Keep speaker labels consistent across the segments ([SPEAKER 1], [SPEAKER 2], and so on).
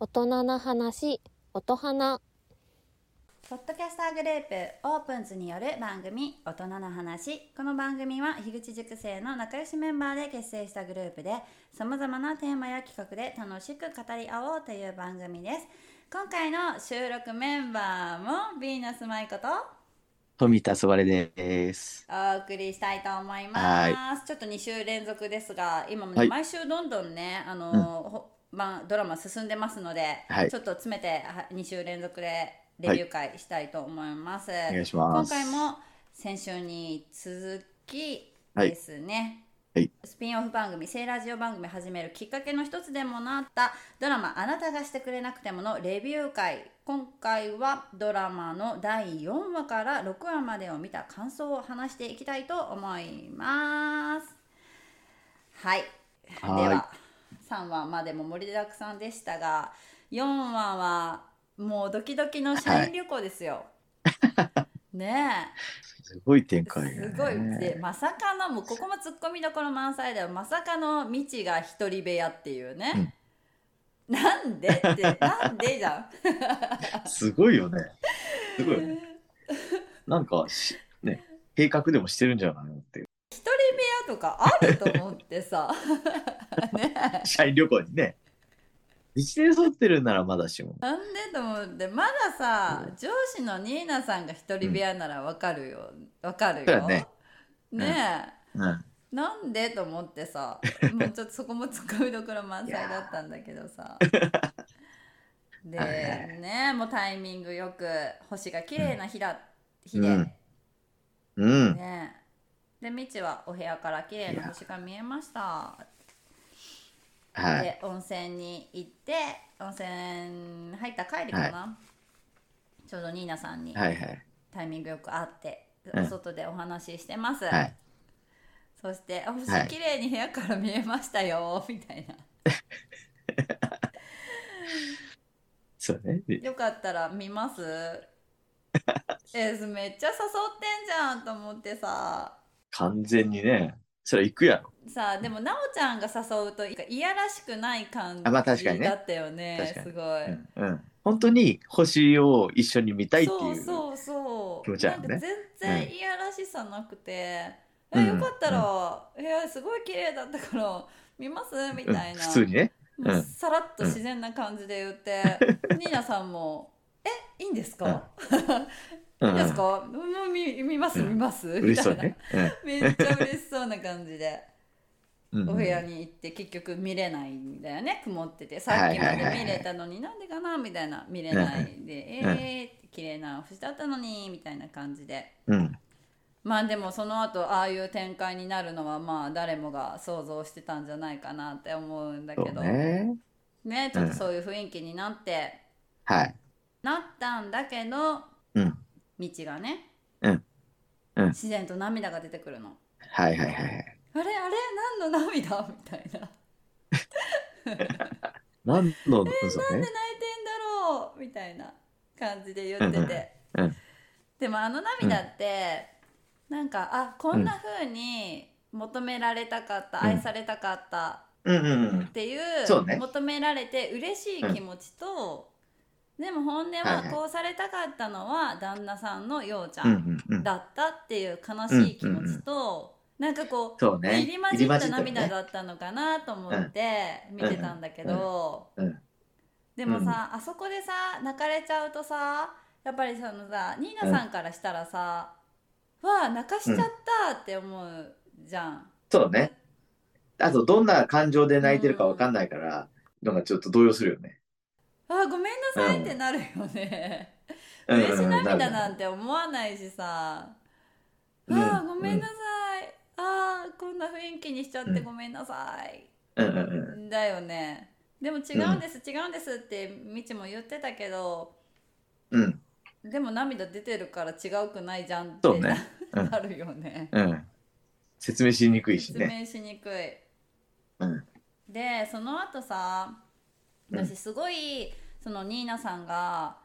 [SPEAKER 1] 大人な話、音花。
[SPEAKER 2] ポッドキャスターグループオープンズによる番組大人の話この番組は樋口塾生の仲良しメンバーで結成したグループでさまざまなテーマや企画で楽しく語り合おうという番組です今回の収録メンバーもヴィーナス舞子と
[SPEAKER 3] 富田すばれです。
[SPEAKER 2] お送りしたいと思います、
[SPEAKER 3] は
[SPEAKER 2] ちょっと2週連続ですが今もね、
[SPEAKER 3] はい
[SPEAKER 2] 毎週どんどんねあの、
[SPEAKER 3] うん
[SPEAKER 2] ほまあ、ドラマ進んでますので、
[SPEAKER 3] はい
[SPEAKER 2] ちょっと詰めて2週連続でレビュー会したいと思います、
[SPEAKER 3] お願いします。
[SPEAKER 2] 今回も先週に続き
[SPEAKER 3] はい
[SPEAKER 2] ですね、
[SPEAKER 3] はい
[SPEAKER 2] スピンオフ番組「セイラジオ」番組始めるきっかけの一つでもなったドラマ「あなたがしてくれなくても」のレビュー会今回はドラマの第4話から6話までを見た感想を話していきたいと思いますはい
[SPEAKER 3] はい
[SPEAKER 2] では3話までも盛りだくさんでしたが4話はもうドキドキの社員旅行ですよ、ねえ
[SPEAKER 3] すごい展
[SPEAKER 2] す
[SPEAKER 3] 開やね
[SPEAKER 2] ごいでまさかのもうここもツッコミどころ満載だよまさかの未知が一人部屋っていうね、なんでってなんでじゃん
[SPEAKER 3] すごいよね。すごいよ ね。なんかし、ね、計画でもしてるんじゃないのっていう。
[SPEAKER 2] 一人部屋とかあると思ってさねえ
[SPEAKER 3] 社員旅行にね。一年沿ってるんならまだしも。
[SPEAKER 2] なんでと思ってまださ上司のニーナさんが一人部屋ならわかるよわかる
[SPEAKER 3] そう
[SPEAKER 2] よ
[SPEAKER 3] だね
[SPEAKER 2] ねえ、
[SPEAKER 3] うん。
[SPEAKER 2] なんでと思って さもうちょっとそこもツッコミどころ満載だったんだけど さで
[SPEAKER 3] はいはい
[SPEAKER 2] ねもうタイミングよく星が綺麗な日だ、日で、
[SPEAKER 3] うんうん。
[SPEAKER 2] ねでみちはお部屋から綺麗な星が見えました
[SPEAKER 3] はい。
[SPEAKER 2] で温泉に行って温泉入った帰りかな、ちょうどニーナさんに
[SPEAKER 3] はいはい。
[SPEAKER 2] タイミングよく会って、
[SPEAKER 3] うん
[SPEAKER 2] お外でお話ししてます、
[SPEAKER 3] はい。
[SPEAKER 2] そして「あ星
[SPEAKER 3] はい
[SPEAKER 2] 綺麗に部屋から見えましたよ」みたいな
[SPEAKER 3] そうね。で
[SPEAKER 2] よかったら見ます えめっちゃ誘ってんじゃんと思ってさ
[SPEAKER 3] 完全にね、それ行くやろ。
[SPEAKER 2] さあでも奈緒ちゃんが誘うといいやらしくない感じ
[SPEAKER 3] あまあ確かにね
[SPEAKER 2] だったよね,、
[SPEAKER 3] 確かに
[SPEAKER 2] すごい、
[SPEAKER 3] うん。うん。本当に星を一緒に見たいって
[SPEAKER 2] そう
[SPEAKER 3] いう。
[SPEAKER 2] そうそう
[SPEAKER 3] 気持ちあるね
[SPEAKER 2] なんか全然いやらしさなくて、
[SPEAKER 3] うん
[SPEAKER 2] えよかったら、部屋すごい綺麗だったから見ますみ
[SPEAKER 3] うん
[SPEAKER 2] たいな、
[SPEAKER 3] 普通にね。ん
[SPEAKER 2] もうさらっと自然な感じで言って、ニーナさんも「えいいんですか、
[SPEAKER 3] う
[SPEAKER 2] いいんです
[SPEAKER 3] ん。
[SPEAKER 2] かもう見見ます
[SPEAKER 3] うん
[SPEAKER 2] 見ます」み
[SPEAKER 3] 嬉したそう
[SPEAKER 2] いな
[SPEAKER 3] ね。うん。
[SPEAKER 2] めっちゃ嬉しそうな感じで
[SPEAKER 3] うん
[SPEAKER 2] お部屋に行って結局見れないんだよね曇っててさっきまで見れたのになんでかなみたいな見れないで
[SPEAKER 3] うん
[SPEAKER 2] えー綺麗な星だったのにみたいな感じで
[SPEAKER 3] うん。
[SPEAKER 2] まあでもその後ああいう展開になるのはまあ誰もが想像してたんじゃないかなって思うんだ
[SPEAKER 3] そ
[SPEAKER 2] け
[SPEAKER 3] う
[SPEAKER 2] ど
[SPEAKER 3] ね。
[SPEAKER 2] ねちょっとそういう雰囲気になって
[SPEAKER 3] はい。
[SPEAKER 2] なったんだけど
[SPEAKER 3] うん。
[SPEAKER 2] 道がね
[SPEAKER 3] うんうん
[SPEAKER 2] 自然と涙が出てくるの。
[SPEAKER 3] はいはいはいはい。
[SPEAKER 2] あれあれ何の涙みたいな。
[SPEAKER 3] 何の、そうね
[SPEAKER 2] なんで泣いてんだ。ろうみたいな感じで言ってて、
[SPEAKER 3] うんうん
[SPEAKER 2] でもあの涙って、なんかあこんな風に求められたかった、
[SPEAKER 3] うん
[SPEAKER 2] 愛されたかった
[SPEAKER 3] うんうんうん
[SPEAKER 2] っ。ていう,、
[SPEAKER 3] そうね
[SPEAKER 2] 求められて嬉しい気持ちと、でも本音
[SPEAKER 3] はい
[SPEAKER 2] は
[SPEAKER 3] はい
[SPEAKER 2] こうされたかったのは旦那さんのようちゃ
[SPEAKER 3] うんんうんうん。
[SPEAKER 2] だったっていう悲しい気持ちと、なんかこう
[SPEAKER 3] そうね。
[SPEAKER 2] 入り混じっ
[SPEAKER 3] 入
[SPEAKER 2] た
[SPEAKER 3] り混じ
[SPEAKER 2] 涙
[SPEAKER 3] ね
[SPEAKER 2] だったのかなと思って見てたんだけど、
[SPEAKER 3] うんうん
[SPEAKER 2] でもさ、あそこでさ泣かれちゃうとさやっぱりそのさニーナさんからしたらさ「わあ泣かしちゃった」って思うじゃん。
[SPEAKER 3] そうね。あと、どんな感情で泣いてるかわかんないから、なんかちょっと動揺するよね。
[SPEAKER 2] あごめんなさいってなるよね。
[SPEAKER 3] うんうん
[SPEAKER 2] 嬉し涙なん
[SPEAKER 3] る
[SPEAKER 2] て思わないしさ「
[SPEAKER 3] うん
[SPEAKER 2] あごめんなさい」あーこんな雰囲気にしちゃってごめんなさい」
[SPEAKER 3] うんうんうん。
[SPEAKER 2] だよねでも違うんです、違うんですってみちも言ってたけど
[SPEAKER 3] うん。
[SPEAKER 2] でも涙出てるから違うくないじゃんって
[SPEAKER 3] そ うねうん
[SPEAKER 2] なるよね
[SPEAKER 3] うん。説明しにくいし
[SPEAKER 2] 説
[SPEAKER 3] ね。
[SPEAKER 2] 明しにくい、
[SPEAKER 3] うん
[SPEAKER 2] でその後さ
[SPEAKER 3] うん
[SPEAKER 2] 私すごい、そのニーナさんが、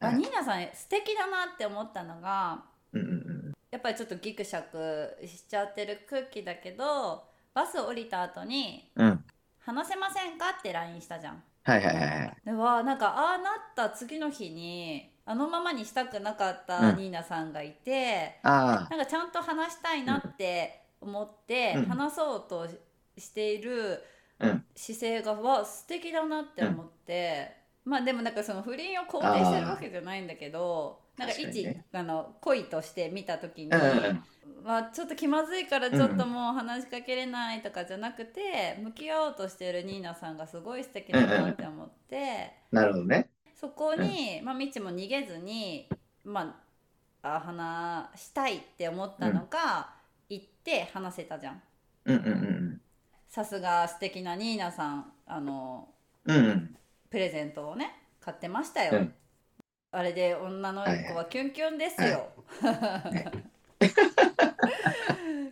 [SPEAKER 2] あ
[SPEAKER 3] うん
[SPEAKER 2] ニーナさん素敵だなって思ったのが
[SPEAKER 3] うんうん
[SPEAKER 2] やっぱりちょっとギクシャクしちゃってる空気だけどバス降りた後に
[SPEAKER 3] うん。うん。
[SPEAKER 2] 「話せませんか?」って LINE したじゃん。
[SPEAKER 3] はいはいはいはい。
[SPEAKER 2] ではなんかああなった次の日にあのままにしたくなかった
[SPEAKER 3] うん
[SPEAKER 2] ニーナさんがいて、
[SPEAKER 3] あ
[SPEAKER 2] なんかちゃんと話したいなって思って、
[SPEAKER 3] うん
[SPEAKER 2] 話そうとししている
[SPEAKER 3] うん
[SPEAKER 2] 姿勢がわ素敵だなって思って、まあでもなんかその不倫を肯定してるわけじゃないんだけどなんか
[SPEAKER 3] 確かに
[SPEAKER 2] 一、
[SPEAKER 3] ね
[SPEAKER 2] あの恋として見た時に、
[SPEAKER 3] あ。うんうんうん。
[SPEAKER 2] まあ、ちょっと気まずいからちょっともう話しかけれないとかじゃなくて、向き合おうとしてるニーナさんがすごい素敵だなって思って。
[SPEAKER 3] なるほどね。
[SPEAKER 2] そこに、まあ、みちも逃げずに、まあ、あ話したいって思ったのか、行って話せたじゃん
[SPEAKER 3] うんうんうん
[SPEAKER 2] さすが素敵なニーナさんあの
[SPEAKER 3] うん。うんうん。
[SPEAKER 2] プレゼントをね買ってましたよ、
[SPEAKER 3] うん
[SPEAKER 2] あれで女の子はキュンキュンですよ、
[SPEAKER 3] い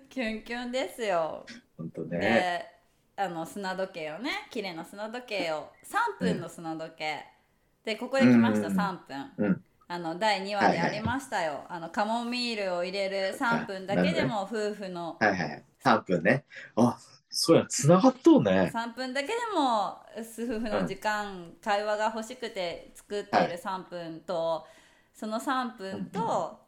[SPEAKER 2] キュンキュンですよ
[SPEAKER 3] 本当ね。
[SPEAKER 2] であの砂時計をね綺麗な砂時計を3分の砂時計、でここで来ました
[SPEAKER 3] うん
[SPEAKER 2] 3分、
[SPEAKER 3] うん
[SPEAKER 2] あの第2話でありましたよ、あのカモミールを入れる3分だけでも夫婦の
[SPEAKER 3] はいはいはい。3分ね。あ、そうや、繋がっとうね。
[SPEAKER 2] 3分だけでも夫婦の時間、会話が欲しくて作っている3分とその3分と道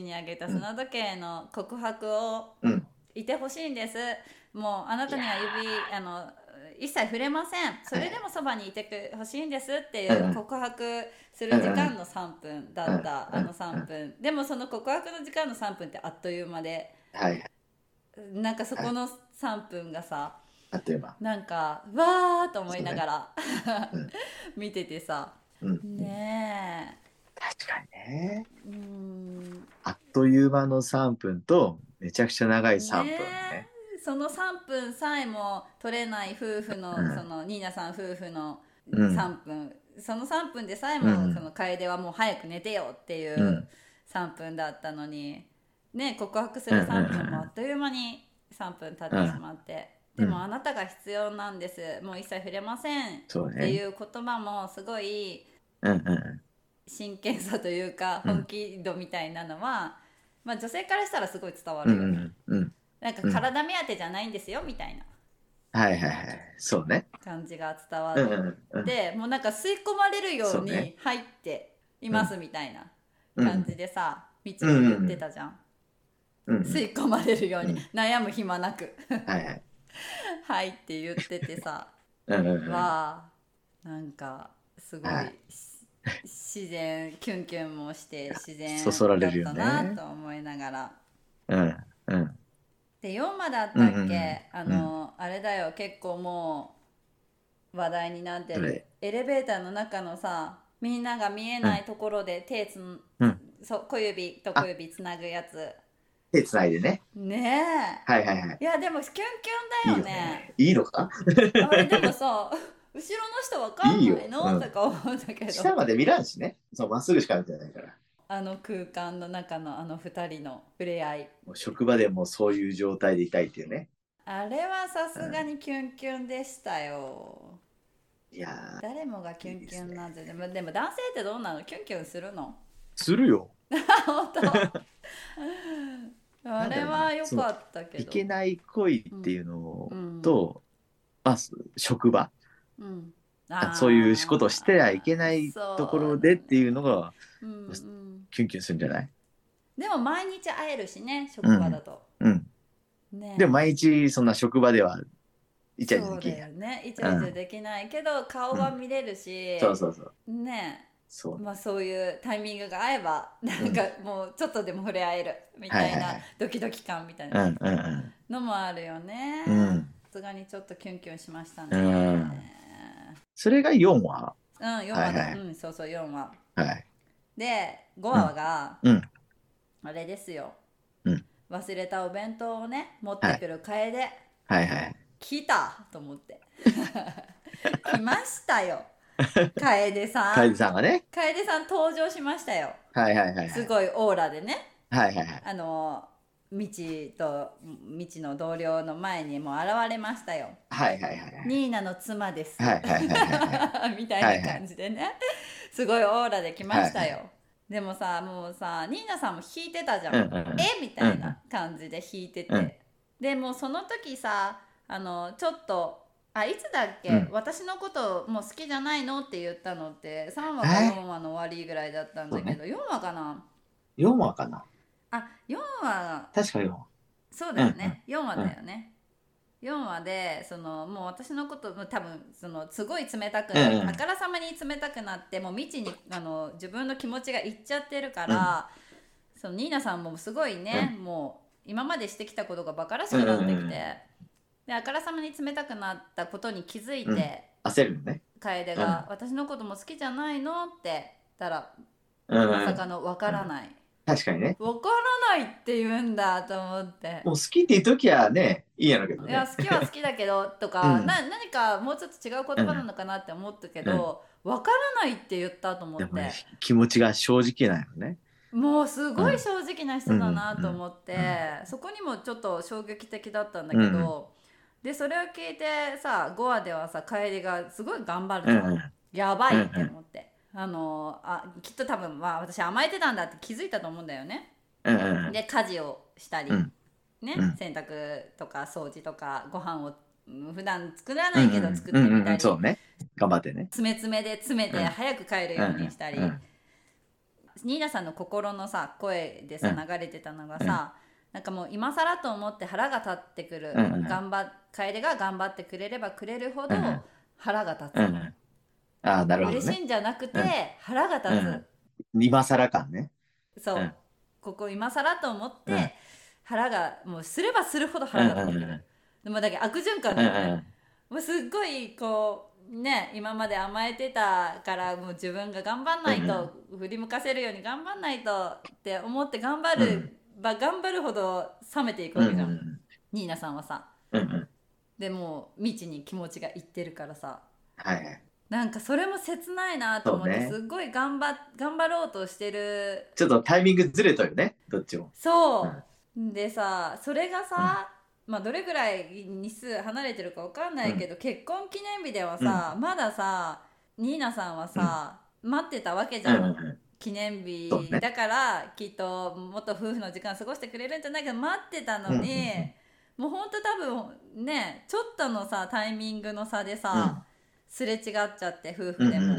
[SPEAKER 2] にあげた砂時計の告白を
[SPEAKER 3] うん。
[SPEAKER 2] いてほしいんですもうあなたには指あの一切触れませんそれでもそばにいてほしいんですっていううん告白する時間の3分だった、
[SPEAKER 3] うん
[SPEAKER 2] あの3分でもその告白の時間の3分ってあっという間で
[SPEAKER 3] はいはい。
[SPEAKER 2] なんかそこの3分がさ
[SPEAKER 3] あっという間。
[SPEAKER 2] なんかわーと思いながら、
[SPEAKER 3] そうね
[SPEAKER 2] 見ててさ
[SPEAKER 3] うん。
[SPEAKER 2] ね
[SPEAKER 3] 確かにね。
[SPEAKER 2] えうん
[SPEAKER 3] あっという間の3分と、めちゃくちゃ長い3分ね。
[SPEAKER 2] ねその3分さえも取れない夫婦の、
[SPEAKER 3] うん
[SPEAKER 2] そのニーナさん夫婦の
[SPEAKER 3] うん
[SPEAKER 2] 3分、その3分でさえも、
[SPEAKER 3] うん
[SPEAKER 2] その楓はもう早く寝てよっていううん3分だったのに、ね告白する3分もあっという間に3分経ってしまって、
[SPEAKER 3] うん
[SPEAKER 2] でもあなたが必要なんですもう一切触れませんっ
[SPEAKER 3] そう
[SPEAKER 2] て
[SPEAKER 3] ね。
[SPEAKER 2] いう言葉もすごい
[SPEAKER 3] うんうんう
[SPEAKER 2] 真剣さというか
[SPEAKER 3] うん
[SPEAKER 2] 本気度みたいなのは、まあ、女性からしたらすごい伝わ
[SPEAKER 3] ん。う
[SPEAKER 2] るよ
[SPEAKER 3] ん
[SPEAKER 2] ね。
[SPEAKER 3] うんうんうん。
[SPEAKER 2] なんか体目当てじゃないんですよみたいな
[SPEAKER 3] はいはいはい。そうね。
[SPEAKER 2] 感じが伝わ
[SPEAKER 3] うんう
[SPEAKER 2] っ
[SPEAKER 3] んうん。
[SPEAKER 2] て、もうなんか吸い込まれるよ
[SPEAKER 3] そうう
[SPEAKER 2] に
[SPEAKER 3] ね
[SPEAKER 2] 入っていますみたいな
[SPEAKER 3] うん
[SPEAKER 2] 感じでさ、みちも言ってたじゃん、
[SPEAKER 3] うんうん。
[SPEAKER 2] 吸い込まれるように、
[SPEAKER 3] うん
[SPEAKER 2] 悩む暇なく
[SPEAKER 3] はいはい。
[SPEAKER 2] はいって言っててさ
[SPEAKER 3] うんうんうん。
[SPEAKER 2] はなんかすごい
[SPEAKER 3] はい
[SPEAKER 2] し自然キュンキュンもして自然
[SPEAKER 3] そそられる
[SPEAKER 2] だ
[SPEAKER 3] よ
[SPEAKER 2] っ
[SPEAKER 3] ね
[SPEAKER 2] たなと思いながら。
[SPEAKER 3] うんうん。
[SPEAKER 2] で4まであったっけ、
[SPEAKER 3] うんうんうん
[SPEAKER 2] あの、あれだよ結構もう話題になって
[SPEAKER 3] ど
[SPEAKER 2] る
[SPEAKER 3] れ
[SPEAKER 2] エレベーターの中のさみんなが見えないところで手つん、
[SPEAKER 3] うん
[SPEAKER 2] そう小指と小指つなぐやつ
[SPEAKER 3] 手繋いでね。
[SPEAKER 2] ねえ
[SPEAKER 3] はいはいはい。
[SPEAKER 2] いやでもキュンキ
[SPEAKER 3] い
[SPEAKER 2] ュ
[SPEAKER 3] い
[SPEAKER 2] ン
[SPEAKER 3] よ
[SPEAKER 2] だよね。
[SPEAKER 3] いいのか
[SPEAKER 2] あれでもさ後ろの人わかんないの
[SPEAKER 3] いいようん
[SPEAKER 2] とか思うんだけ
[SPEAKER 3] 下
[SPEAKER 2] ど
[SPEAKER 3] まで見らんしね。そう、まっすぐしか見てないから。
[SPEAKER 2] あの空間の中のあの2人の触れ合い
[SPEAKER 3] もう職場でもそういう状態でいたいっていうね。
[SPEAKER 2] あれはさすがにキュンキュンでしたよ。
[SPEAKER 3] いやー、
[SPEAKER 2] 誰もがキュンキュンなんででもでも男性ってどうなのキュンキュンする の
[SPEAKER 3] するよ。
[SPEAKER 2] 本当あれは良かったけ
[SPEAKER 3] い
[SPEAKER 2] ど
[SPEAKER 3] けない恋っていうのを
[SPEAKER 2] うん
[SPEAKER 3] と、まあ、す職場、
[SPEAKER 2] うん
[SPEAKER 3] あそういう仕事をしてはいけないところでっていうのが
[SPEAKER 2] そううんうん
[SPEAKER 3] キュンキュンするんじゃない
[SPEAKER 2] でも毎日会えるしね職場だと、
[SPEAKER 3] うん。
[SPEAKER 2] ね
[SPEAKER 3] でも毎日そんな職場ではイチャイチ
[SPEAKER 2] そ
[SPEAKER 3] ャ
[SPEAKER 2] う
[SPEAKER 3] できん
[SPEAKER 2] だ
[SPEAKER 3] や
[SPEAKER 2] よ
[SPEAKER 3] ん。
[SPEAKER 2] ねイチャイチャできないけど、顔は見れるし、
[SPEAKER 3] そうそうそう。
[SPEAKER 2] ね
[SPEAKER 3] そう
[SPEAKER 2] まあそういうタイミングが合えばなんかもうちょっとでも触れ合えるみたい
[SPEAKER 3] はいはい
[SPEAKER 2] な
[SPEAKER 3] はい
[SPEAKER 2] ドキドキ感みたいな
[SPEAKER 3] うんうん
[SPEAKER 2] のもあるよね。
[SPEAKER 3] うん。うん。
[SPEAKER 2] さすがにちょっとキュンキュンしましたね。う
[SPEAKER 3] う
[SPEAKER 2] んん、
[SPEAKER 3] それが4話。
[SPEAKER 2] 4話だ、
[SPEAKER 3] はいはい
[SPEAKER 2] うん、そうそう、4話。
[SPEAKER 3] はい。
[SPEAKER 2] で、5話が、
[SPEAKER 3] うんうん
[SPEAKER 2] あれですよ、
[SPEAKER 3] うん
[SPEAKER 2] 忘れたお弁当をね、持ってくる楓、
[SPEAKER 3] はいはい。
[SPEAKER 2] 来たと思って。来ましたよ、楓さ
[SPEAKER 3] カイ
[SPEAKER 2] ん
[SPEAKER 3] ズ。さんがね。
[SPEAKER 2] 楓さん登場しましたよ。
[SPEAKER 3] はいはいはいはい。
[SPEAKER 2] すごいオーラでね。
[SPEAKER 3] はいはいはい。
[SPEAKER 2] あの道と道の同僚の前にもう現れましたよ。
[SPEAKER 3] はいはいはいはい。
[SPEAKER 2] ニーナの妻です。
[SPEAKER 3] はいはいはいはいは い。
[SPEAKER 2] みたいな感じでね、すごいオーラで来ましたよ、でもさもうさニーナさんも弾いてたじゃん、
[SPEAKER 3] うんうんうん
[SPEAKER 2] えみたいな感じで弾いてて、
[SPEAKER 3] うん
[SPEAKER 2] でもうその時さあのちょっとあいつだっけ、
[SPEAKER 3] うん
[SPEAKER 2] 私のこともう好きじゃないのって言ったのって3話か4話の終わりぐらいだったんだけど、4話かな
[SPEAKER 3] 4話かな
[SPEAKER 2] あ4話
[SPEAKER 3] 確か4話。
[SPEAKER 2] そうだよね、4話だよね、4話でそのもう私のこともう多分そのすごい冷たくなって、
[SPEAKER 3] うんうん
[SPEAKER 2] あからさまに冷たくなってもう未知にあの自分の気持ちがいっちゃってるから、そのニーナさんもすごいね、もう今までしてきたことがバカらしくなってきて、
[SPEAKER 3] うんうんうん
[SPEAKER 2] であからさまに冷たくなったことに気づいて、
[SPEAKER 3] うん焦るのね。
[SPEAKER 2] 楓が、私のことも好きじゃないの?」って言ったら
[SPEAKER 3] うんう
[SPEAKER 2] まさ
[SPEAKER 3] ん。
[SPEAKER 2] かの「わからない」
[SPEAKER 3] 確かにね。
[SPEAKER 2] わからない」って言うんだと思って
[SPEAKER 3] もう好きっていう時はね、いいやろうけど
[SPEAKER 2] 「い
[SPEAKER 3] ね
[SPEAKER 2] や。好きは好きだけど」とか、
[SPEAKER 3] うん
[SPEAKER 2] な何かもうちょっと違う言葉なのかなって思ったけど「わからない」って言ったと思っ
[SPEAKER 3] でもね
[SPEAKER 2] て、
[SPEAKER 3] 気持ちが正直なのね。
[SPEAKER 2] もうすごい正直な人だなと思って、
[SPEAKER 3] う
[SPEAKER 2] そこにもちょっと衝撃的だったんだけど、でそれを聞いてさ5話ではさ楓がすごい頑張るじ
[SPEAKER 3] うん
[SPEAKER 2] ゃん
[SPEAKER 3] うん。
[SPEAKER 2] やばいって思って、あのあきっと多分まあ私甘えてたんだって気づいたと思うんだよね。
[SPEAKER 3] うんうん。
[SPEAKER 2] で家事をしたり、
[SPEAKER 3] うん
[SPEAKER 2] ね、
[SPEAKER 3] うん
[SPEAKER 2] 洗濯とか掃除とかご飯をうん普段作らないけど作って
[SPEAKER 3] うん
[SPEAKER 2] み
[SPEAKER 3] うんう
[SPEAKER 2] た
[SPEAKER 3] んう
[SPEAKER 2] り
[SPEAKER 3] んそう
[SPEAKER 2] 詰
[SPEAKER 3] ね。頑張ってね。
[SPEAKER 2] め詰めで詰めて
[SPEAKER 3] うん
[SPEAKER 2] 早く帰るようにしたり、
[SPEAKER 3] うんうんうん
[SPEAKER 2] ニーナさんの心のさ声でさ
[SPEAKER 3] うん
[SPEAKER 2] 流れてたのがさ、なんかもう今更と思って腹が立ってくる、
[SPEAKER 3] うんうん
[SPEAKER 2] 頑張っ楓が頑張ってくれればくれるほど
[SPEAKER 3] うんうん
[SPEAKER 2] 腹が立つ、
[SPEAKER 3] うんうん。ああ、なるほど
[SPEAKER 2] 嬉し
[SPEAKER 3] ね。
[SPEAKER 2] いんじゃなくて
[SPEAKER 3] うん
[SPEAKER 2] 腹が立つ、
[SPEAKER 3] うん今更感ね。
[SPEAKER 2] そう、
[SPEAKER 3] うん
[SPEAKER 2] ここ今更と思って、
[SPEAKER 3] うん
[SPEAKER 2] 腹がもうすればするほど
[SPEAKER 3] うん
[SPEAKER 2] 腹
[SPEAKER 3] うん
[SPEAKER 2] が立ってくる、
[SPEAKER 3] う
[SPEAKER 2] でもだけど悪循環
[SPEAKER 3] ん。
[SPEAKER 2] だ
[SPEAKER 3] うん
[SPEAKER 2] よね、もうすっごいこうね今まで甘えてたからもう自分が頑張んないと、振り向かせるように頑張んないとって思って頑張る、ば頑張るほど冷めていく
[SPEAKER 3] うん。う
[SPEAKER 2] わ
[SPEAKER 3] ん
[SPEAKER 2] け
[SPEAKER 3] うん
[SPEAKER 2] じゃ
[SPEAKER 3] う
[SPEAKER 2] ん、
[SPEAKER 3] ん。
[SPEAKER 2] ニーナさんはさ
[SPEAKER 3] うんうん。
[SPEAKER 2] でもう未知に気持ちがいってるからさ
[SPEAKER 3] はいはい。
[SPEAKER 2] なんかそれも切ないなと思って、
[SPEAKER 3] そうね
[SPEAKER 2] すっごい頑張っ頑張ろうとしてる
[SPEAKER 3] ちょっとタイミングずれたよね。どっちも。
[SPEAKER 2] そう、でさそれがさ、まあどれぐらい日数離れてるかわかんないけど、結婚記念日ではさ、まださニーナさんはさ、待ってたわけじ
[SPEAKER 3] うん
[SPEAKER 2] ゃ
[SPEAKER 3] うん
[SPEAKER 2] ん、
[SPEAKER 3] うん。
[SPEAKER 2] 記念日
[SPEAKER 3] そうね
[SPEAKER 2] だから、きっともっと夫婦の時間過ごしてくれるんじゃないけど待ってたのに、もうほんと多分ねちょっとのさタイミングの差でさ、すれ違っちゃって夫
[SPEAKER 3] うん
[SPEAKER 2] 婦
[SPEAKER 3] うん
[SPEAKER 2] で
[SPEAKER 3] う
[SPEAKER 2] も。
[SPEAKER 3] ん。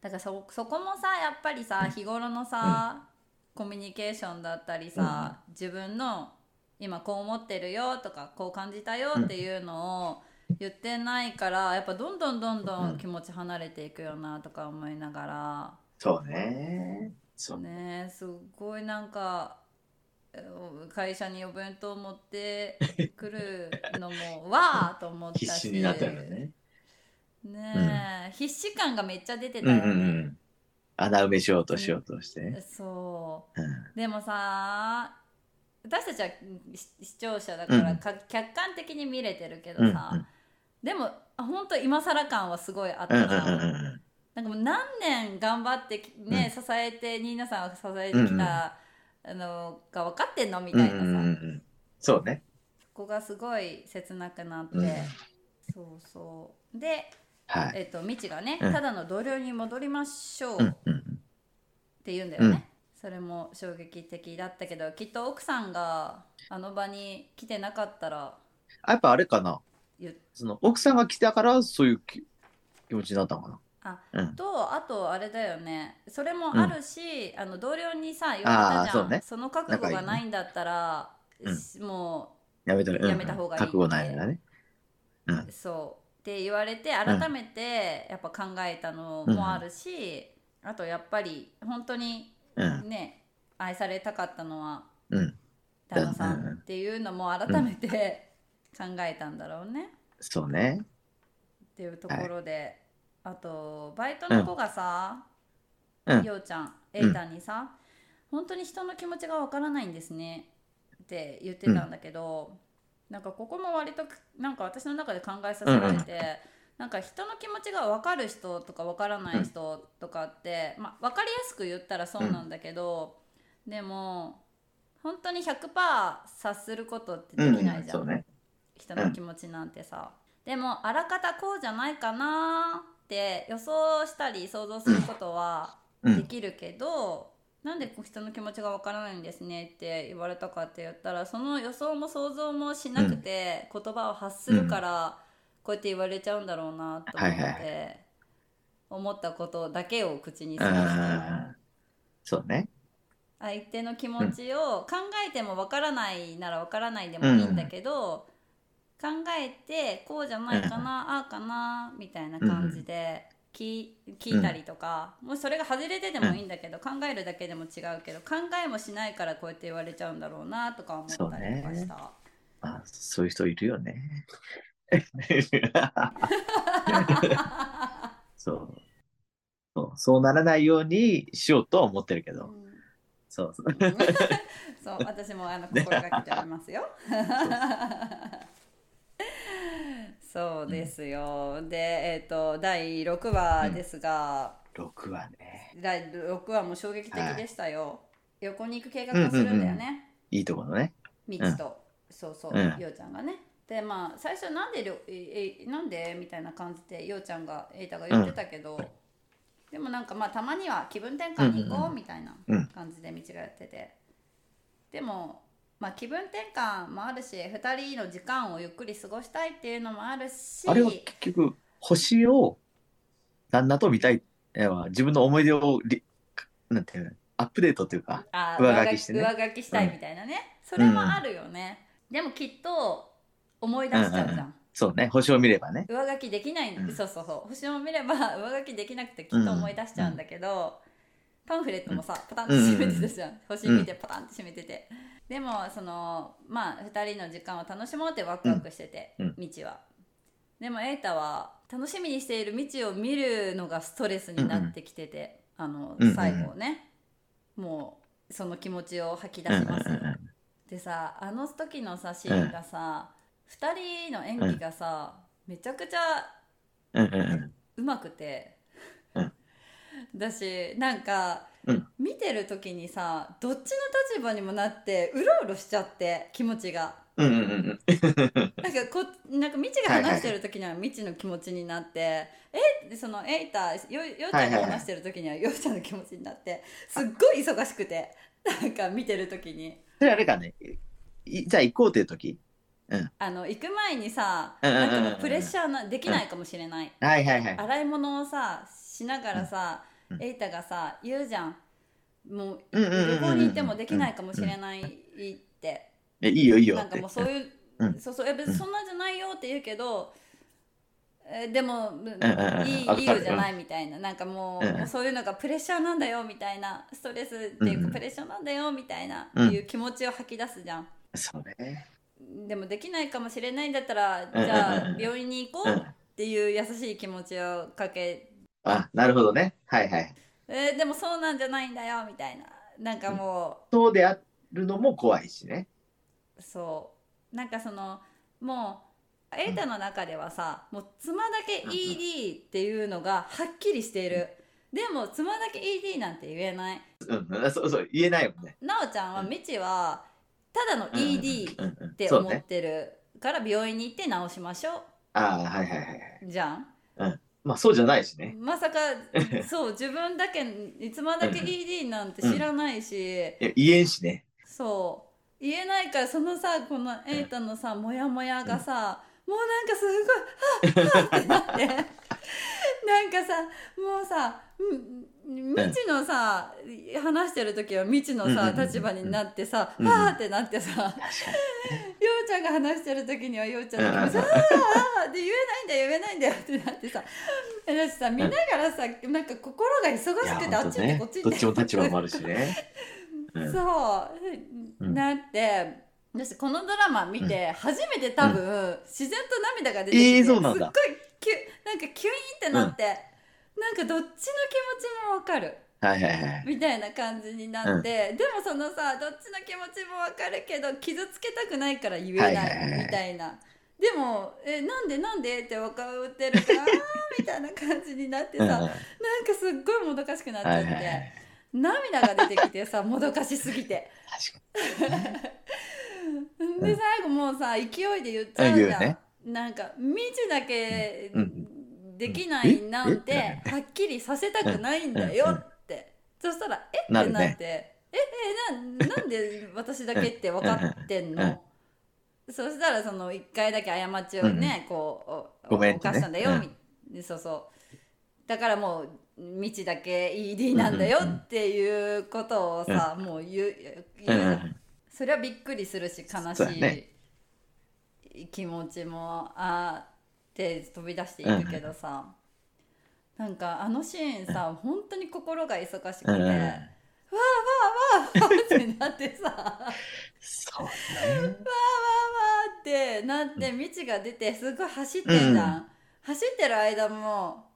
[SPEAKER 2] だからそそこもさやっぱりさ
[SPEAKER 3] うん
[SPEAKER 2] 日頃のさ、コミュニケーションだったりさ、自分の今こう思ってるよとかこう感じたよっていうのを言ってないからやっぱどんどんどんど
[SPEAKER 3] うん
[SPEAKER 2] ん気持ち離れていくよなとか思いなが
[SPEAKER 3] そうね。そ
[SPEAKER 2] ら
[SPEAKER 3] うね。
[SPEAKER 2] ねえすっごいなんかえー会社にお弁当持ってくるのもわーと思ったし
[SPEAKER 3] 必死になったよね。
[SPEAKER 2] ねえ、必死感がめっちゃ出てた
[SPEAKER 3] う
[SPEAKER 2] よ
[SPEAKER 3] ん
[SPEAKER 2] ね、
[SPEAKER 3] うんうん。穴埋めしようとしようとしてね。
[SPEAKER 2] そう
[SPEAKER 3] うん
[SPEAKER 2] でもさ私たちはし視聴者だから、
[SPEAKER 3] うん
[SPEAKER 2] か客観的に見れてるけど
[SPEAKER 3] うんうん
[SPEAKER 2] さ、でも本当今更感はすごいあっ
[SPEAKER 3] うんう
[SPEAKER 2] た
[SPEAKER 3] んう
[SPEAKER 2] さ、
[SPEAKER 3] んうん
[SPEAKER 2] なんかもう何年頑張ってきね、支えてニーナさんを支えてきたのが分かってんのみ
[SPEAKER 3] うんう
[SPEAKER 2] た
[SPEAKER 3] ん
[SPEAKER 2] いなさ、
[SPEAKER 3] うんうんそうね。
[SPEAKER 2] そこがすごい切なくなって、
[SPEAKER 3] うん
[SPEAKER 2] そうそうで、
[SPEAKER 3] はい。
[SPEAKER 2] えっと未知がね、
[SPEAKER 3] うん
[SPEAKER 2] ただの同僚に戻りましょう、
[SPEAKER 3] うんうん
[SPEAKER 2] って言うんだよね、
[SPEAKER 3] うん
[SPEAKER 2] それも衝撃的だったけどきっと奥さんがあの場に来てなかったら
[SPEAKER 3] あやっぱあれかな
[SPEAKER 2] 言っ
[SPEAKER 3] その奥さんが来たからそういうき気持ちになったのか
[SPEAKER 2] あ
[SPEAKER 3] なうん
[SPEAKER 2] とあとあれだよねそれもあるし、あの同僚にさ言って
[SPEAKER 3] あ
[SPEAKER 2] た
[SPEAKER 3] ー
[SPEAKER 2] じゃ
[SPEAKER 3] そ
[SPEAKER 2] ん
[SPEAKER 3] う
[SPEAKER 2] そ,、
[SPEAKER 3] ね
[SPEAKER 2] の覚悟がないんだったら、
[SPEAKER 3] 仲いいね
[SPEAKER 2] しも
[SPEAKER 3] やめた,、うん、
[SPEAKER 2] やめた方がいい
[SPEAKER 3] 覚悟ないならねうん
[SPEAKER 2] うそうって言われて改めてやっぱ考えたのもあるし、あとやっぱり本当に
[SPEAKER 3] うん
[SPEAKER 2] ね、愛されたかったのは
[SPEAKER 3] うん
[SPEAKER 2] 旦那さ
[SPEAKER 3] うんうんうん
[SPEAKER 2] っ
[SPEAKER 3] ん
[SPEAKER 2] ていうのも改めて、考えたんだろうね。
[SPEAKER 3] そうね
[SPEAKER 2] っていうところで、あとバイトの子がさ、
[SPEAKER 3] うん
[SPEAKER 2] ようちゃんエ
[SPEAKER 3] うん
[SPEAKER 2] イタにさ、本当に人の気持ちがわからないんですねって言ってたんだけど、なんかここも割となんか私の中で考えさせられて、なんか人の気持ちがわかる人とかわからない人とかって、まあ、分かりやすく言ったらそうなんだけど、でも本当に100%察することってで
[SPEAKER 3] うん
[SPEAKER 2] きないじゃん。
[SPEAKER 3] そうね
[SPEAKER 2] 人の気持ちなんてさ、でもあらかたこうじゃないかなって予想したり想像することは
[SPEAKER 3] う
[SPEAKER 2] で
[SPEAKER 3] ん
[SPEAKER 2] きるけど、なんで人の気持ちがわからないんですねって言われたかって言ったらその予想も想像もしなくて言葉を発するからこうやって言われちゃうんだろうなと思って、
[SPEAKER 3] はいは
[SPEAKER 2] 思ったことだけを口にす
[SPEAKER 3] う
[SPEAKER 2] る人
[SPEAKER 3] ん。そうね。
[SPEAKER 2] 相手の気持ちを考えてもわからないならわからないでもいいんだけど、考えてこうじゃないかな、ああかなみたいな感じで聞い聞いたりとか、もうそれが外れてでもいいんだけど、考えるだけでも違うけど考えもしないからこうやって言われちゃうんだろうなとか思ったりとかした。
[SPEAKER 3] まあ、そういう人いるよね。 そう。そうそうならないようにしようとは思ってるけ
[SPEAKER 2] う
[SPEAKER 3] ど。
[SPEAKER 2] ん
[SPEAKER 3] そうそう。
[SPEAKER 2] そう私もあの心がけておりますよ。 そうですよ。で、えっ、と第六話ですが、
[SPEAKER 3] 6はね、
[SPEAKER 2] 第六話も衝撃的でしたよ。横に行く計画をするんだよね。
[SPEAKER 3] いいところね。
[SPEAKER 2] み
[SPEAKER 3] ん
[SPEAKER 2] ちと、そうそう、
[SPEAKER 3] うん
[SPEAKER 2] ようちゃんがね。でまあ最初なんでりょええなんでみたいな感じでようちゃんが瑛太が言ってたけど、でもなんかまあたまには気分転換に行
[SPEAKER 3] うん
[SPEAKER 2] こ
[SPEAKER 3] うん
[SPEAKER 2] うみたいな
[SPEAKER 3] うん
[SPEAKER 2] 感じで道がやってて、でもまあ気分転換もあるし2人の時間をゆっくり過ごしたいっていうのもあるし
[SPEAKER 3] あれは結局、星を旦那と見たい。えー自分の思い出をリ、なんていうのアップデートというか。
[SPEAKER 2] あ
[SPEAKER 3] 上書
[SPEAKER 2] 上書
[SPEAKER 3] き
[SPEAKER 2] き
[SPEAKER 3] してね
[SPEAKER 2] 上書きしたいみたいなね、それもあるよね、でもきっと思い出しちゃうじゃん、
[SPEAKER 3] うんうんそうね。星を見ればね。
[SPEAKER 2] 上書きできない、
[SPEAKER 3] うん
[SPEAKER 2] そうそうそう星を見れば 上書きできなくてきっと思い出しちゃうんだけど、パンフレットもさパタンって閉めてたじゃん、星見てパタンって閉めてて、でもそのまあ2人の時間を楽しもうってワクワクしてて、
[SPEAKER 3] うん
[SPEAKER 2] みちはでも瑛太は楽しみにしているみちを見るのがストレスになってきてて、あ
[SPEAKER 3] うんう
[SPEAKER 2] の
[SPEAKER 3] ん
[SPEAKER 2] 最後ね、もうその気持ちを吐き出します、
[SPEAKER 3] うんうんうんうん
[SPEAKER 2] でさあの時のさシーンがさ、2人の演技がさ、めちゃくちゃ
[SPEAKER 3] うんうんうん。
[SPEAKER 2] うまくて、
[SPEAKER 3] うん
[SPEAKER 2] だしなんか、
[SPEAKER 3] うん
[SPEAKER 2] 見てる時にさどっちの立場にもなってうろうろしちゃって気持ちが。
[SPEAKER 3] うんうんうん
[SPEAKER 2] なんかこなんか未知が話してる時には未知の気持ちになって、えでそのエイタよようちゃんが話してる時にはようちゃんの気持ちになってすっごい忙しくてなんか見てる時に
[SPEAKER 3] それあれかね。いじゃあ行こうっていう時
[SPEAKER 2] あの行く前にさ
[SPEAKER 3] うんうんうん
[SPEAKER 2] な
[SPEAKER 3] うんん
[SPEAKER 2] かもうプレッシャーなできないかもしれない、
[SPEAKER 3] はいはいはい。
[SPEAKER 2] 洗い物をさしながらさ、
[SPEAKER 3] うんうん
[SPEAKER 2] エイタがさ言うじゃんもう
[SPEAKER 3] う
[SPEAKER 2] 旅
[SPEAKER 3] んうんうんうん
[SPEAKER 2] 行に行ってもできないかもしれないって、
[SPEAKER 3] えいいよいいよ
[SPEAKER 2] なん
[SPEAKER 3] っ
[SPEAKER 2] か
[SPEAKER 3] て
[SPEAKER 2] もう。そういう、
[SPEAKER 3] うん
[SPEAKER 2] そうそうえ別にそんなんじゃないよって言うけど、えでも、
[SPEAKER 3] んうん
[SPEAKER 2] いい
[SPEAKER 3] わかる
[SPEAKER 2] いいよじゃないみたいななんかもう,、
[SPEAKER 3] うんうん
[SPEAKER 2] そういうのがプレッシャーなんだよみたいなストレスっていう
[SPEAKER 3] うんう
[SPEAKER 2] か
[SPEAKER 3] ん
[SPEAKER 2] プレッシャーなんだよみたいな、
[SPEAKER 3] うん
[SPEAKER 2] いう気持ちを吐き出すじゃん。
[SPEAKER 3] そうね。
[SPEAKER 2] でもできないかもしれないんだったらじ
[SPEAKER 3] うんうんうん
[SPEAKER 2] ゃあ病院に行こ
[SPEAKER 3] う
[SPEAKER 2] うっ
[SPEAKER 3] ん。
[SPEAKER 2] ていう優しい気持ちをかけ
[SPEAKER 3] あ、なるほどね。はいはい。
[SPEAKER 2] えーでもそうなんじゃないんだよみたいななんかも
[SPEAKER 3] そうであるのも怖いしね。
[SPEAKER 2] うそうなんかそのもうエイタの中ではさもう妻だけ ED っていうのがはっきりしているでも妻だけ ED なんて言えない
[SPEAKER 3] うんうん、そうそう、言えないもんね。
[SPEAKER 2] なおちゃんは
[SPEAKER 3] うん
[SPEAKER 2] 未知はただの ED
[SPEAKER 3] うんうんうん
[SPEAKER 2] って
[SPEAKER 3] そう
[SPEAKER 2] 思っ
[SPEAKER 3] ね。
[SPEAKER 2] てるから病院に行って治しましょ
[SPEAKER 3] ああ、はいはいはい。
[SPEAKER 2] うじゃん
[SPEAKER 3] まあそうじゃないしね。
[SPEAKER 2] ま さかそう自分だけ妻だけ
[SPEAKER 3] うん
[SPEAKER 2] ED なんて知らないし、
[SPEAKER 3] いや言えんしね。
[SPEAKER 2] そう言えないからそのさこのエイタのさモヤモヤがさ、もうなんかすごい「はっはっ」ってな ってなんかさもうさん未知のさ話してる時は未知の
[SPEAKER 3] うんうん
[SPEAKER 2] さ
[SPEAKER 3] うんうん
[SPEAKER 2] 立場になってさ「
[SPEAKER 3] うんうん
[SPEAKER 2] はあ」ってなってさ
[SPEAKER 3] 確か
[SPEAKER 2] ようちゃんが話してる時にはようちゃんの気持ち「
[SPEAKER 3] う
[SPEAKER 2] あ
[SPEAKER 3] ん
[SPEAKER 2] あ」で言えないんだよ言えないんだよってなって さえだしさ見ながらさなんか心が忙
[SPEAKER 3] に。い
[SPEAKER 2] し
[SPEAKER 3] や、
[SPEAKER 2] くてあ
[SPEAKER 3] 本
[SPEAKER 2] っち行
[SPEAKER 3] 当
[SPEAKER 2] って
[SPEAKER 3] ね
[SPEAKER 2] こっち。行
[SPEAKER 3] どっ
[SPEAKER 2] って
[SPEAKER 3] ちも立場もあるし ね。うん
[SPEAKER 2] そう、
[SPEAKER 3] うん
[SPEAKER 2] なって私このドラマ見て初めて多分、自然と涙が出て
[SPEAKER 3] え
[SPEAKER 2] きて、す
[SPEAKER 3] ー
[SPEAKER 2] っ
[SPEAKER 3] そ
[SPEAKER 2] ごい
[SPEAKER 3] うな
[SPEAKER 2] キュ
[SPEAKER 3] んだ
[SPEAKER 2] なんかキュインってなって、なんかどっちの気持ちもわかる
[SPEAKER 3] はいはい はい。
[SPEAKER 2] みたいな感じになって、でもそのさどっちの気持ちもわかるけど傷つけたくないから言えな
[SPEAKER 3] はいはいはいはい
[SPEAKER 2] いみたいな。でもえなんでなんでって分かってる からあーみたいな感じになって
[SPEAKER 3] う
[SPEAKER 2] さ
[SPEAKER 3] んう
[SPEAKER 2] なん
[SPEAKER 3] ん
[SPEAKER 2] かすっごいもどかしくなっち
[SPEAKER 3] は
[SPEAKER 2] ゃっ
[SPEAKER 3] い
[SPEAKER 2] て、
[SPEAKER 3] はいはい。
[SPEAKER 2] 涙が出てきてさもどかしすぎて
[SPEAKER 3] う
[SPEAKER 2] で
[SPEAKER 3] ん
[SPEAKER 2] 最後もうさ勢いで言っちゃう
[SPEAKER 3] 言う
[SPEAKER 2] じゃん、
[SPEAKER 3] ね
[SPEAKER 2] なんか未知だけ
[SPEAKER 3] うんう
[SPEAKER 2] できないなんて
[SPEAKER 3] うんえ
[SPEAKER 2] はっきりさせたくないんだよってそしたら「えっ?」てな
[SPEAKER 3] な
[SPEAKER 2] って「
[SPEAKER 3] るね
[SPEAKER 2] ええななんで私だけって分かってん
[SPEAKER 3] うん
[SPEAKER 2] の?」そしたらその一回だけ過ちをね、こうお
[SPEAKER 3] ごめんって
[SPEAKER 2] 犯し
[SPEAKER 3] ね
[SPEAKER 2] たんだよ、
[SPEAKER 3] うん
[SPEAKER 2] みそうそうだからもう道だけ ED なんだよ
[SPEAKER 3] うんうんうん
[SPEAKER 2] っていうことをさ、もう言う言うじ
[SPEAKER 3] う
[SPEAKER 2] ゃ
[SPEAKER 3] んうんん
[SPEAKER 2] それはびっくりするし悲
[SPEAKER 3] そうだね
[SPEAKER 2] しい気持ちもあって飛び出していくけどさ、なんかあのシーンさ、本当に心が忙しくて、
[SPEAKER 3] うん
[SPEAKER 2] わあ
[SPEAKER 3] う
[SPEAKER 2] わあ
[SPEAKER 3] ん
[SPEAKER 2] わあってなってさ。
[SPEAKER 3] そうね。
[SPEAKER 2] ってなって道が出てすごい走ってんじゃん、
[SPEAKER 3] う
[SPEAKER 2] 走ってる間も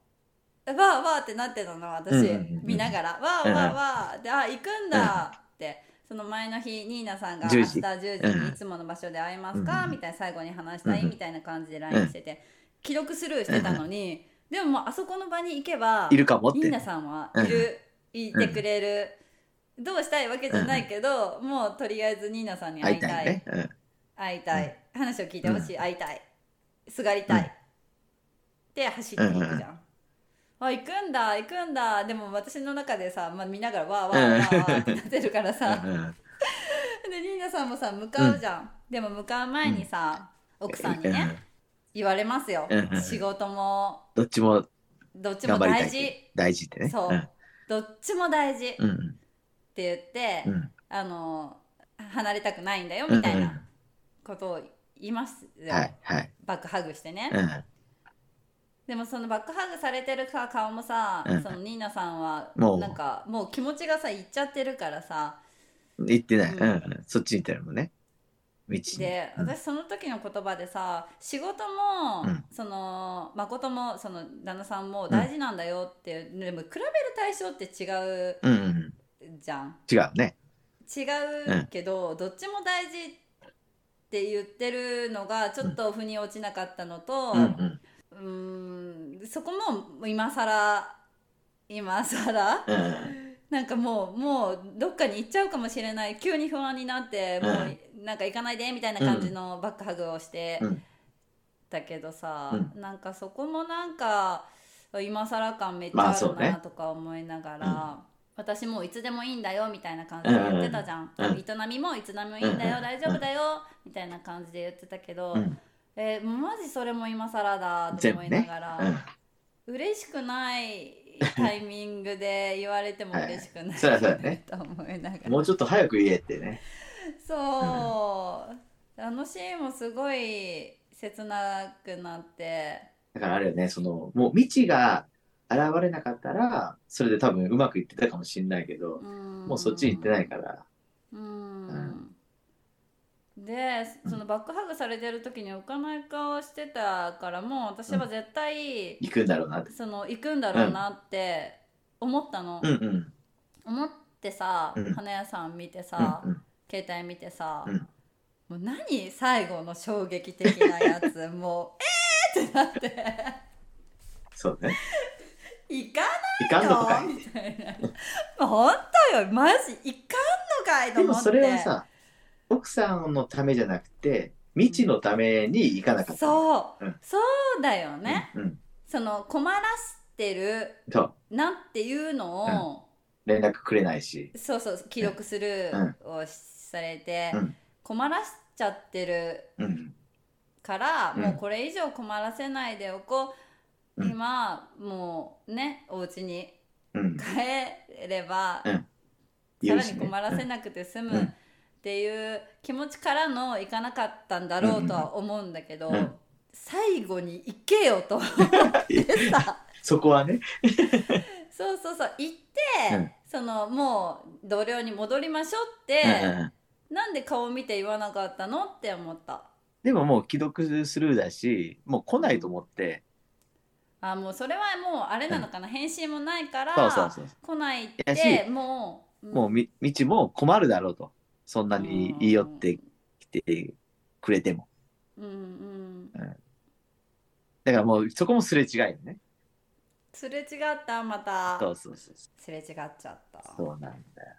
[SPEAKER 2] わーわーってなってたの私、
[SPEAKER 3] うんうんうん
[SPEAKER 2] 見ながらわーわーわーであ行くんだってその前の日ニーナさんが明
[SPEAKER 3] 10
[SPEAKER 2] 日
[SPEAKER 3] 時
[SPEAKER 2] 10時
[SPEAKER 3] う
[SPEAKER 2] に
[SPEAKER 3] ん
[SPEAKER 2] いつもの場所で会えますか、
[SPEAKER 3] うん
[SPEAKER 2] みたいな最後に話したい
[SPEAKER 3] うん
[SPEAKER 2] みたいな感じで LINE してて既読スルーしてたのにでももうあそこの場に行けば
[SPEAKER 3] いるかもっ
[SPEAKER 2] ニーナ
[SPEAKER 3] て。
[SPEAKER 2] さんはいる、いてくれる、どうしたいわけじゃないけど、もうとりあえずニーナさんに会
[SPEAKER 3] 会い
[SPEAKER 2] いたい
[SPEAKER 3] たいね。うん
[SPEAKER 2] 会いたい、話を聞いてほしい、会いたいすがりたい、
[SPEAKER 3] うん
[SPEAKER 2] で走っていくじゃん、あ行くんだ行くんだでも私の中でさ、まあ、見ながらわーわーわーわーってなってるからさ
[SPEAKER 3] うんうん
[SPEAKER 2] でリーナさんもさ向かうじゃん、でも向かう前にさ、奥さんにね、
[SPEAKER 3] うん
[SPEAKER 2] 言われますよ、
[SPEAKER 3] うんうん
[SPEAKER 2] 仕事も
[SPEAKER 3] どっちも
[SPEAKER 2] どっちも
[SPEAKER 3] 頑張りたい
[SPEAKER 2] 大
[SPEAKER 3] っ
[SPEAKER 2] 事
[SPEAKER 3] て。大事ってね。
[SPEAKER 2] そう、どっちも大事って
[SPEAKER 3] うん。うん
[SPEAKER 2] 言って、
[SPEAKER 3] うん。
[SPEAKER 2] あの離れたくないんだよ
[SPEAKER 3] うん。
[SPEAKER 2] みたいなことを言います
[SPEAKER 3] うん
[SPEAKER 2] よ、
[SPEAKER 3] はいはい。
[SPEAKER 2] バックハグしてね、
[SPEAKER 3] うん。
[SPEAKER 2] でもそのバックハグされてるさ顔もさ、
[SPEAKER 3] うん
[SPEAKER 2] そのニーナさんは
[SPEAKER 3] もう
[SPEAKER 2] なんかもう気持ちがさいっちゃってるからさ
[SPEAKER 3] 行ってない。
[SPEAKER 2] う
[SPEAKER 3] うんんうん。そっちに行ったもんね。道に。
[SPEAKER 2] で、
[SPEAKER 3] うん
[SPEAKER 2] 私その時の言葉でさ仕事も、
[SPEAKER 3] うん
[SPEAKER 2] その誠もその旦那さんも大事なんだよっていう、でも比べる対象って違う
[SPEAKER 3] うんうん。
[SPEAKER 2] じゃん
[SPEAKER 3] 違うね。
[SPEAKER 2] 違うけど、どっちも大事って言ってるのがちょっと腑に落ちなかったのと、
[SPEAKER 3] うんうん。
[SPEAKER 2] うーんそこも今更今更
[SPEAKER 3] うん
[SPEAKER 2] なんかもうもうどっかに行っちゃうかもしれない急に不安になってもうなんか行かないでみたいな感じのバックハグをして
[SPEAKER 3] うん
[SPEAKER 2] たけどさ、
[SPEAKER 3] う
[SPEAKER 2] なんかそこもなんか今更感めっち
[SPEAKER 3] ま
[SPEAKER 2] ゃ
[SPEAKER 3] あ
[SPEAKER 2] あ
[SPEAKER 3] そ
[SPEAKER 2] る
[SPEAKER 3] うね
[SPEAKER 2] なとか思いながら、私もういつでもいいんだよみたいな感じで言ってたじゃん、
[SPEAKER 3] うん
[SPEAKER 2] 営みもいつでもいいんだよ、
[SPEAKER 3] うん
[SPEAKER 2] 大丈夫だよみたいな感じで言ってたけど、
[SPEAKER 3] うん
[SPEAKER 2] えーマジそれも今更だと思いながら、
[SPEAKER 3] うん。
[SPEAKER 2] 嬉しく ないタイミングで言われても嬉しくない
[SPEAKER 3] そうだそうだね
[SPEAKER 2] と思いながら
[SPEAKER 3] もうちょっと早く言えってね。
[SPEAKER 2] そうあのシーンもすごい切なくなって
[SPEAKER 3] だからあれよね、その、もう未知が現れなかったら、それで多分うまくいってたかもしれないけど、も
[SPEAKER 2] も
[SPEAKER 3] うそっちに行ってないから。
[SPEAKER 2] うんでそのバックハグされてる時に浮かない顔してたからもう私は絶対
[SPEAKER 3] 行くんだろうなって。
[SPEAKER 2] その行くんだろうなって思ったの、
[SPEAKER 3] うんうん。
[SPEAKER 2] 思ってさ、
[SPEAKER 3] うん
[SPEAKER 2] 花屋さん見てさ、
[SPEAKER 3] うんうん。
[SPEAKER 2] 携帯見てさ、
[SPEAKER 3] うん
[SPEAKER 2] もう何最後の衝撃的なや つもうえーってなって
[SPEAKER 3] そうね。
[SPEAKER 2] 行か
[SPEAKER 3] いかんのとか
[SPEAKER 2] んの
[SPEAKER 3] い。
[SPEAKER 2] みたいな本当よマジ行かんのかいと
[SPEAKER 3] で
[SPEAKER 2] 思
[SPEAKER 3] も
[SPEAKER 2] って
[SPEAKER 3] それはさ、奥さんのためじゃなくて、未知のために行かなかった。
[SPEAKER 2] そう、
[SPEAKER 3] うん
[SPEAKER 2] そうだよ
[SPEAKER 3] う
[SPEAKER 2] ね、
[SPEAKER 3] ん。うん。
[SPEAKER 2] その困らしてる
[SPEAKER 3] そう。
[SPEAKER 2] なっていうのを、
[SPEAKER 3] 連絡くれないし。
[SPEAKER 2] そうそう記録するをされて、
[SPEAKER 3] うん
[SPEAKER 2] 困らしちゃってる
[SPEAKER 3] うん。
[SPEAKER 2] から、
[SPEAKER 3] うん
[SPEAKER 2] もうこれ以上困らせないでおこう、
[SPEAKER 3] うん
[SPEAKER 2] 今もうねお家に
[SPEAKER 3] うん。
[SPEAKER 2] 帰れば、
[SPEAKER 3] うん
[SPEAKER 2] さ
[SPEAKER 3] 言う
[SPEAKER 2] ら
[SPEAKER 3] し
[SPEAKER 2] に
[SPEAKER 3] ね
[SPEAKER 2] 困らせなくて済む
[SPEAKER 3] うん
[SPEAKER 2] っていう気持ちからの行かなかったんだろうとは思うんだけど、
[SPEAKER 3] うん
[SPEAKER 2] 最後に行けよと思 ってさ
[SPEAKER 3] そこはね。
[SPEAKER 2] そうそうそう行って、
[SPEAKER 3] うん
[SPEAKER 2] そのもう同僚に戻りましょうって、
[SPEAKER 3] うんうん
[SPEAKER 2] なんで顔見て言わなかったのって思った。
[SPEAKER 3] でももう既読スルーだし、もう来ないと思って、
[SPEAKER 2] あもうそれはもうあれなのかな、返信もないから
[SPEAKER 3] そうそうそう。
[SPEAKER 2] 来ないっ
[SPEAKER 3] や
[SPEAKER 2] て
[SPEAKER 3] し
[SPEAKER 2] もう
[SPEAKER 3] もうみ未知も困るだろうと。そんなに言い寄ってきてくれても。
[SPEAKER 2] うんうん
[SPEAKER 3] だからもうそこもすれ違いよね。
[SPEAKER 2] すれ違ったまた
[SPEAKER 3] そうそうそう。
[SPEAKER 2] すれ違っちゃった
[SPEAKER 3] そうなんだよ。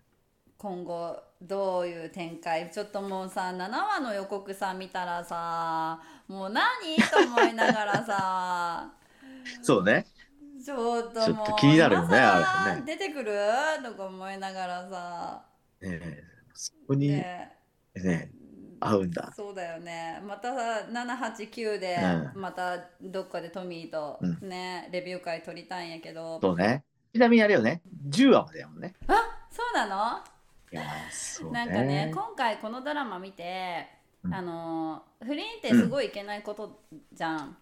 [SPEAKER 2] 今後どういう展開ちょっともうさ7話の予告さ見たらさもう何と思いながら さ
[SPEAKER 3] そうね。
[SPEAKER 2] ちょっともう
[SPEAKER 3] ちょっと気になるよね
[SPEAKER 2] 今
[SPEAKER 3] あ
[SPEAKER 2] 更
[SPEAKER 3] れね
[SPEAKER 2] 出てくるとか思いながらさ
[SPEAKER 3] ええそこに、
[SPEAKER 2] で
[SPEAKER 3] ね合うんだ。
[SPEAKER 2] そうだよねまた789で、
[SPEAKER 3] う
[SPEAKER 2] またどっかでトミーと
[SPEAKER 3] うん
[SPEAKER 2] ね、レビュー会取りたいんやけど
[SPEAKER 3] そうね。ちなみにあれよね、10話までやもんね。
[SPEAKER 2] あそうなの
[SPEAKER 3] いやーそう
[SPEAKER 2] なんかね今回このドラマ見て、
[SPEAKER 3] うん
[SPEAKER 2] あのー不倫ってすごいいけないことじゃん、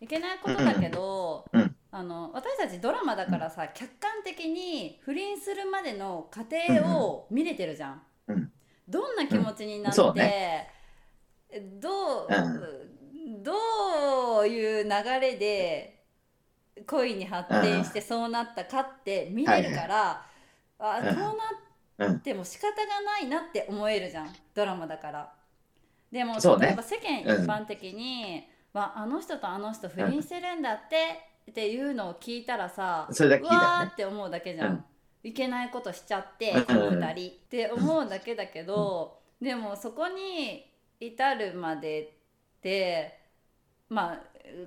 [SPEAKER 2] いけないことだけど、
[SPEAKER 3] うんうん
[SPEAKER 2] あの私たちドラマだからさ、客観的に不倫するまでの過程を見れてるじゃん、
[SPEAKER 3] うん
[SPEAKER 2] どんな気持ちになって、
[SPEAKER 3] うん
[SPEAKER 2] どう、
[SPEAKER 3] そう
[SPEAKER 2] どういう流れで恋に発展してそうなったかって見れるから、あ
[SPEAKER 3] うん
[SPEAKER 2] こうなっても仕方がないなって思えるじゃんドラマだから。でも、
[SPEAKER 3] そうね
[SPEAKER 2] 例えば世間一般的に、まあ、あの人とあの人不倫してるんだってっていうのを聞いたらさ、
[SPEAKER 3] それだけ聞いた
[SPEAKER 2] う
[SPEAKER 3] よね
[SPEAKER 2] わーって思うだけじゃん。
[SPEAKER 3] うん
[SPEAKER 2] いけないことしちゃって
[SPEAKER 3] うん
[SPEAKER 2] この二人って思うだけだけど、でもそこに至るまでってまあ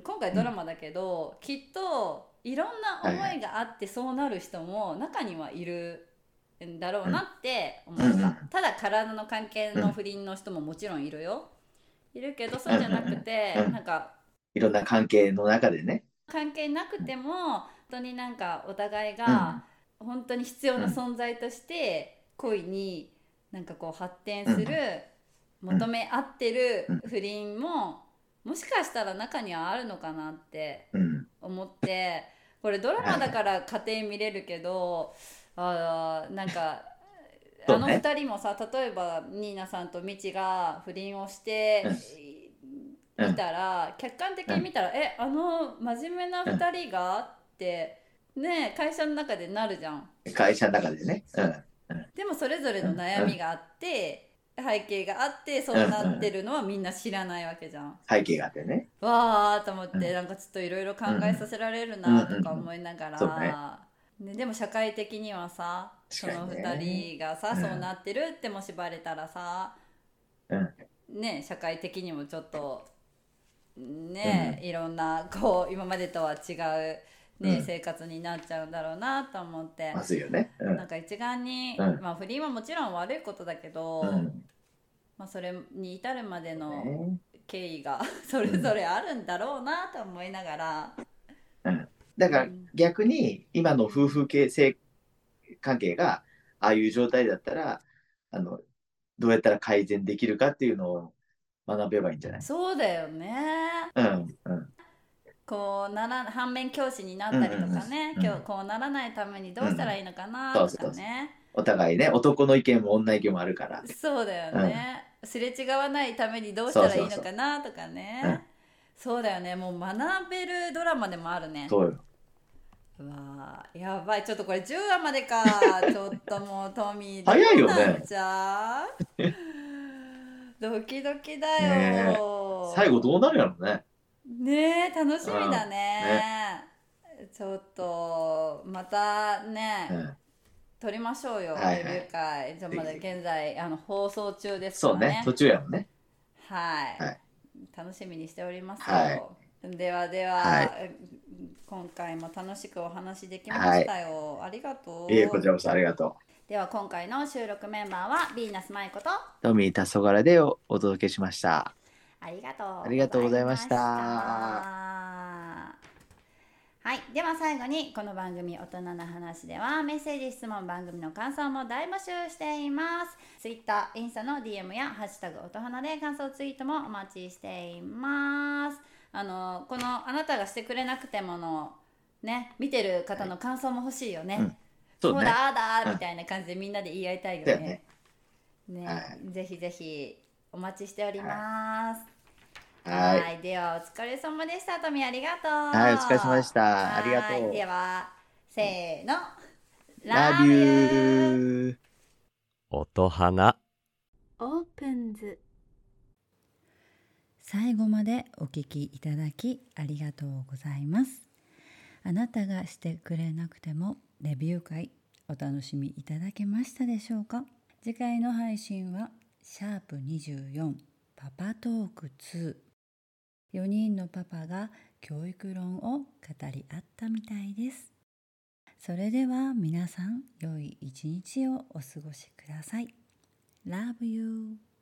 [SPEAKER 2] 今回ドラマだけど、きっといろんな思いがあってそうなる人も中にはいるんだろうなって思った、
[SPEAKER 3] うんうん
[SPEAKER 2] ただ体の関係の不倫の人ももちろんいるよいるけどそうじゃなくて、
[SPEAKER 3] うんうん
[SPEAKER 2] なんか
[SPEAKER 3] いろんな関係の中でね。
[SPEAKER 2] 関係なくても本当になんかお互いが本当に必要な存在として恋になんかこう発展する
[SPEAKER 3] ん
[SPEAKER 2] 求め合ってる
[SPEAKER 3] うん
[SPEAKER 2] 不倫ももしかしたら中にはあるのかなって
[SPEAKER 3] うん。うん
[SPEAKER 2] 思ってこれドラマだから家庭見れるけどあーなんか。あ
[SPEAKER 3] そうね
[SPEAKER 2] の2人もさ例えばニーナさんとミチが不倫をして
[SPEAKER 3] うん
[SPEAKER 2] 見たら客観的に見たら「えあの真面目な2人が?」ってね会社の中でなるじゃん。
[SPEAKER 3] 会社の中でね。うん。
[SPEAKER 2] でもそれぞれの悩みがあって背景があってそうなってるのはみんな知らないわけじゃん。
[SPEAKER 3] 背景があってね。
[SPEAKER 2] わーと思っ
[SPEAKER 3] う
[SPEAKER 2] てなんかちょっといろいろ考えさせられるなとか思いなが
[SPEAKER 3] うんうんうんそうね
[SPEAKER 2] ら、ね、でも社会的にはさそ
[SPEAKER 3] 確か
[SPEAKER 2] の
[SPEAKER 3] にね
[SPEAKER 2] 2人がさ
[SPEAKER 3] うん
[SPEAKER 2] そうなってるってもしばれたらさ
[SPEAKER 3] うん
[SPEAKER 2] ね社会的にもちょっとねいろんなこう今までとは違う。
[SPEAKER 3] う
[SPEAKER 2] ね、
[SPEAKER 3] ん
[SPEAKER 2] 生活になっちゃうんだろうなと思って、
[SPEAKER 3] まずいよね。う
[SPEAKER 2] なんか一概に、
[SPEAKER 3] うん
[SPEAKER 2] まあ不倫はもちろん悪いことだけど、
[SPEAKER 3] ん。うん
[SPEAKER 2] まあそれに至るまでの
[SPEAKER 3] ね
[SPEAKER 2] 経緯が それぞれあるんだろうなと思いながら、
[SPEAKER 3] だから逆に今の夫婦系性関係がああいう状態だったらあのどうやったら改善できるかっていうのを学べばいいんじゃない
[SPEAKER 2] そうだよね
[SPEAKER 3] うんうん
[SPEAKER 2] こうなら反面教師になったりとかね、
[SPEAKER 3] うんうんうん
[SPEAKER 2] 今日こうならないためにどうしたらいいのかな
[SPEAKER 3] うん
[SPEAKER 2] とかね、
[SPEAKER 3] お互いね男の意見も女意見もあるから
[SPEAKER 2] そうだよね、すれ違わないためにどうしたらいいのかなとかね
[SPEAKER 3] そうそうそううん
[SPEAKER 2] そうだよねもう学べるドラマでもあるね
[SPEAKER 3] そうよ
[SPEAKER 2] うわあやばいちょっとこれ10話まで かちょっともうトミー
[SPEAKER 3] 早いよね
[SPEAKER 2] どうなっちゃうドキドキだ
[SPEAKER 3] ね
[SPEAKER 2] よ、
[SPEAKER 3] 最後どうなるやろうね
[SPEAKER 2] ねえ楽しみだね,、ちょっとまたね、
[SPEAKER 3] うん
[SPEAKER 2] 撮りましょうよ、
[SPEAKER 3] はいはい
[SPEAKER 2] レビュー会じゃあまだ
[SPEAKER 3] ぜひぜひ
[SPEAKER 2] 現在あの放送中ですか
[SPEAKER 3] そう
[SPEAKER 2] らね
[SPEAKER 3] ね途中やもんね
[SPEAKER 2] はい、
[SPEAKER 3] はい
[SPEAKER 2] 楽しみにしておりますよ、
[SPEAKER 3] はい
[SPEAKER 2] ではでは、
[SPEAKER 3] は
[SPEAKER 2] 今回も楽しくお話しできましたよ、ありがとう
[SPEAKER 3] いえこちらこそありがと
[SPEAKER 2] では今回の収録メンバーはヴィーナス舞子と
[SPEAKER 3] うトミー黄昏でおお届けしました
[SPEAKER 2] ありがとう
[SPEAKER 3] ありがとうございました
[SPEAKER 2] ございましたはい、では最後にこの番組大人の話ではメッセージ質問番組の感想も大募集していますツイッターインスタの DM やハッシュタグ音花で感想ツイートもお待ちしていますあのこのあなたがしてくれなくてものね見てる方の感想も欲しいよね、
[SPEAKER 3] はいうんそう
[SPEAKER 2] こう
[SPEAKER 3] ね
[SPEAKER 2] だあーだ
[SPEAKER 3] う
[SPEAKER 2] ー
[SPEAKER 3] ん
[SPEAKER 2] みたいな感じでみんなで言い合いたいよ
[SPEAKER 3] だよ
[SPEAKER 2] ね
[SPEAKER 3] ね。
[SPEAKER 2] ね、
[SPEAKER 3] は
[SPEAKER 2] ぜひぜひお待ちしております。
[SPEAKER 3] はい
[SPEAKER 2] いではお疲れ様でした。トミーありがとう。
[SPEAKER 3] はいお疲れ様でした
[SPEAKER 2] はーい
[SPEAKER 3] ありがとう
[SPEAKER 2] では、せーの。
[SPEAKER 3] ラビュー
[SPEAKER 4] 音花
[SPEAKER 1] オープンズ。
[SPEAKER 2] 最後までお聞きいただきありがとうございますあなたがしてくれなくてもレビュー会お楽しみいただけましたでしょうか次回の配信はシャープ24パパトーク24人のパパが教育論を語り合ったみたいですそれでは皆さん良い一日をお過ごしください Love you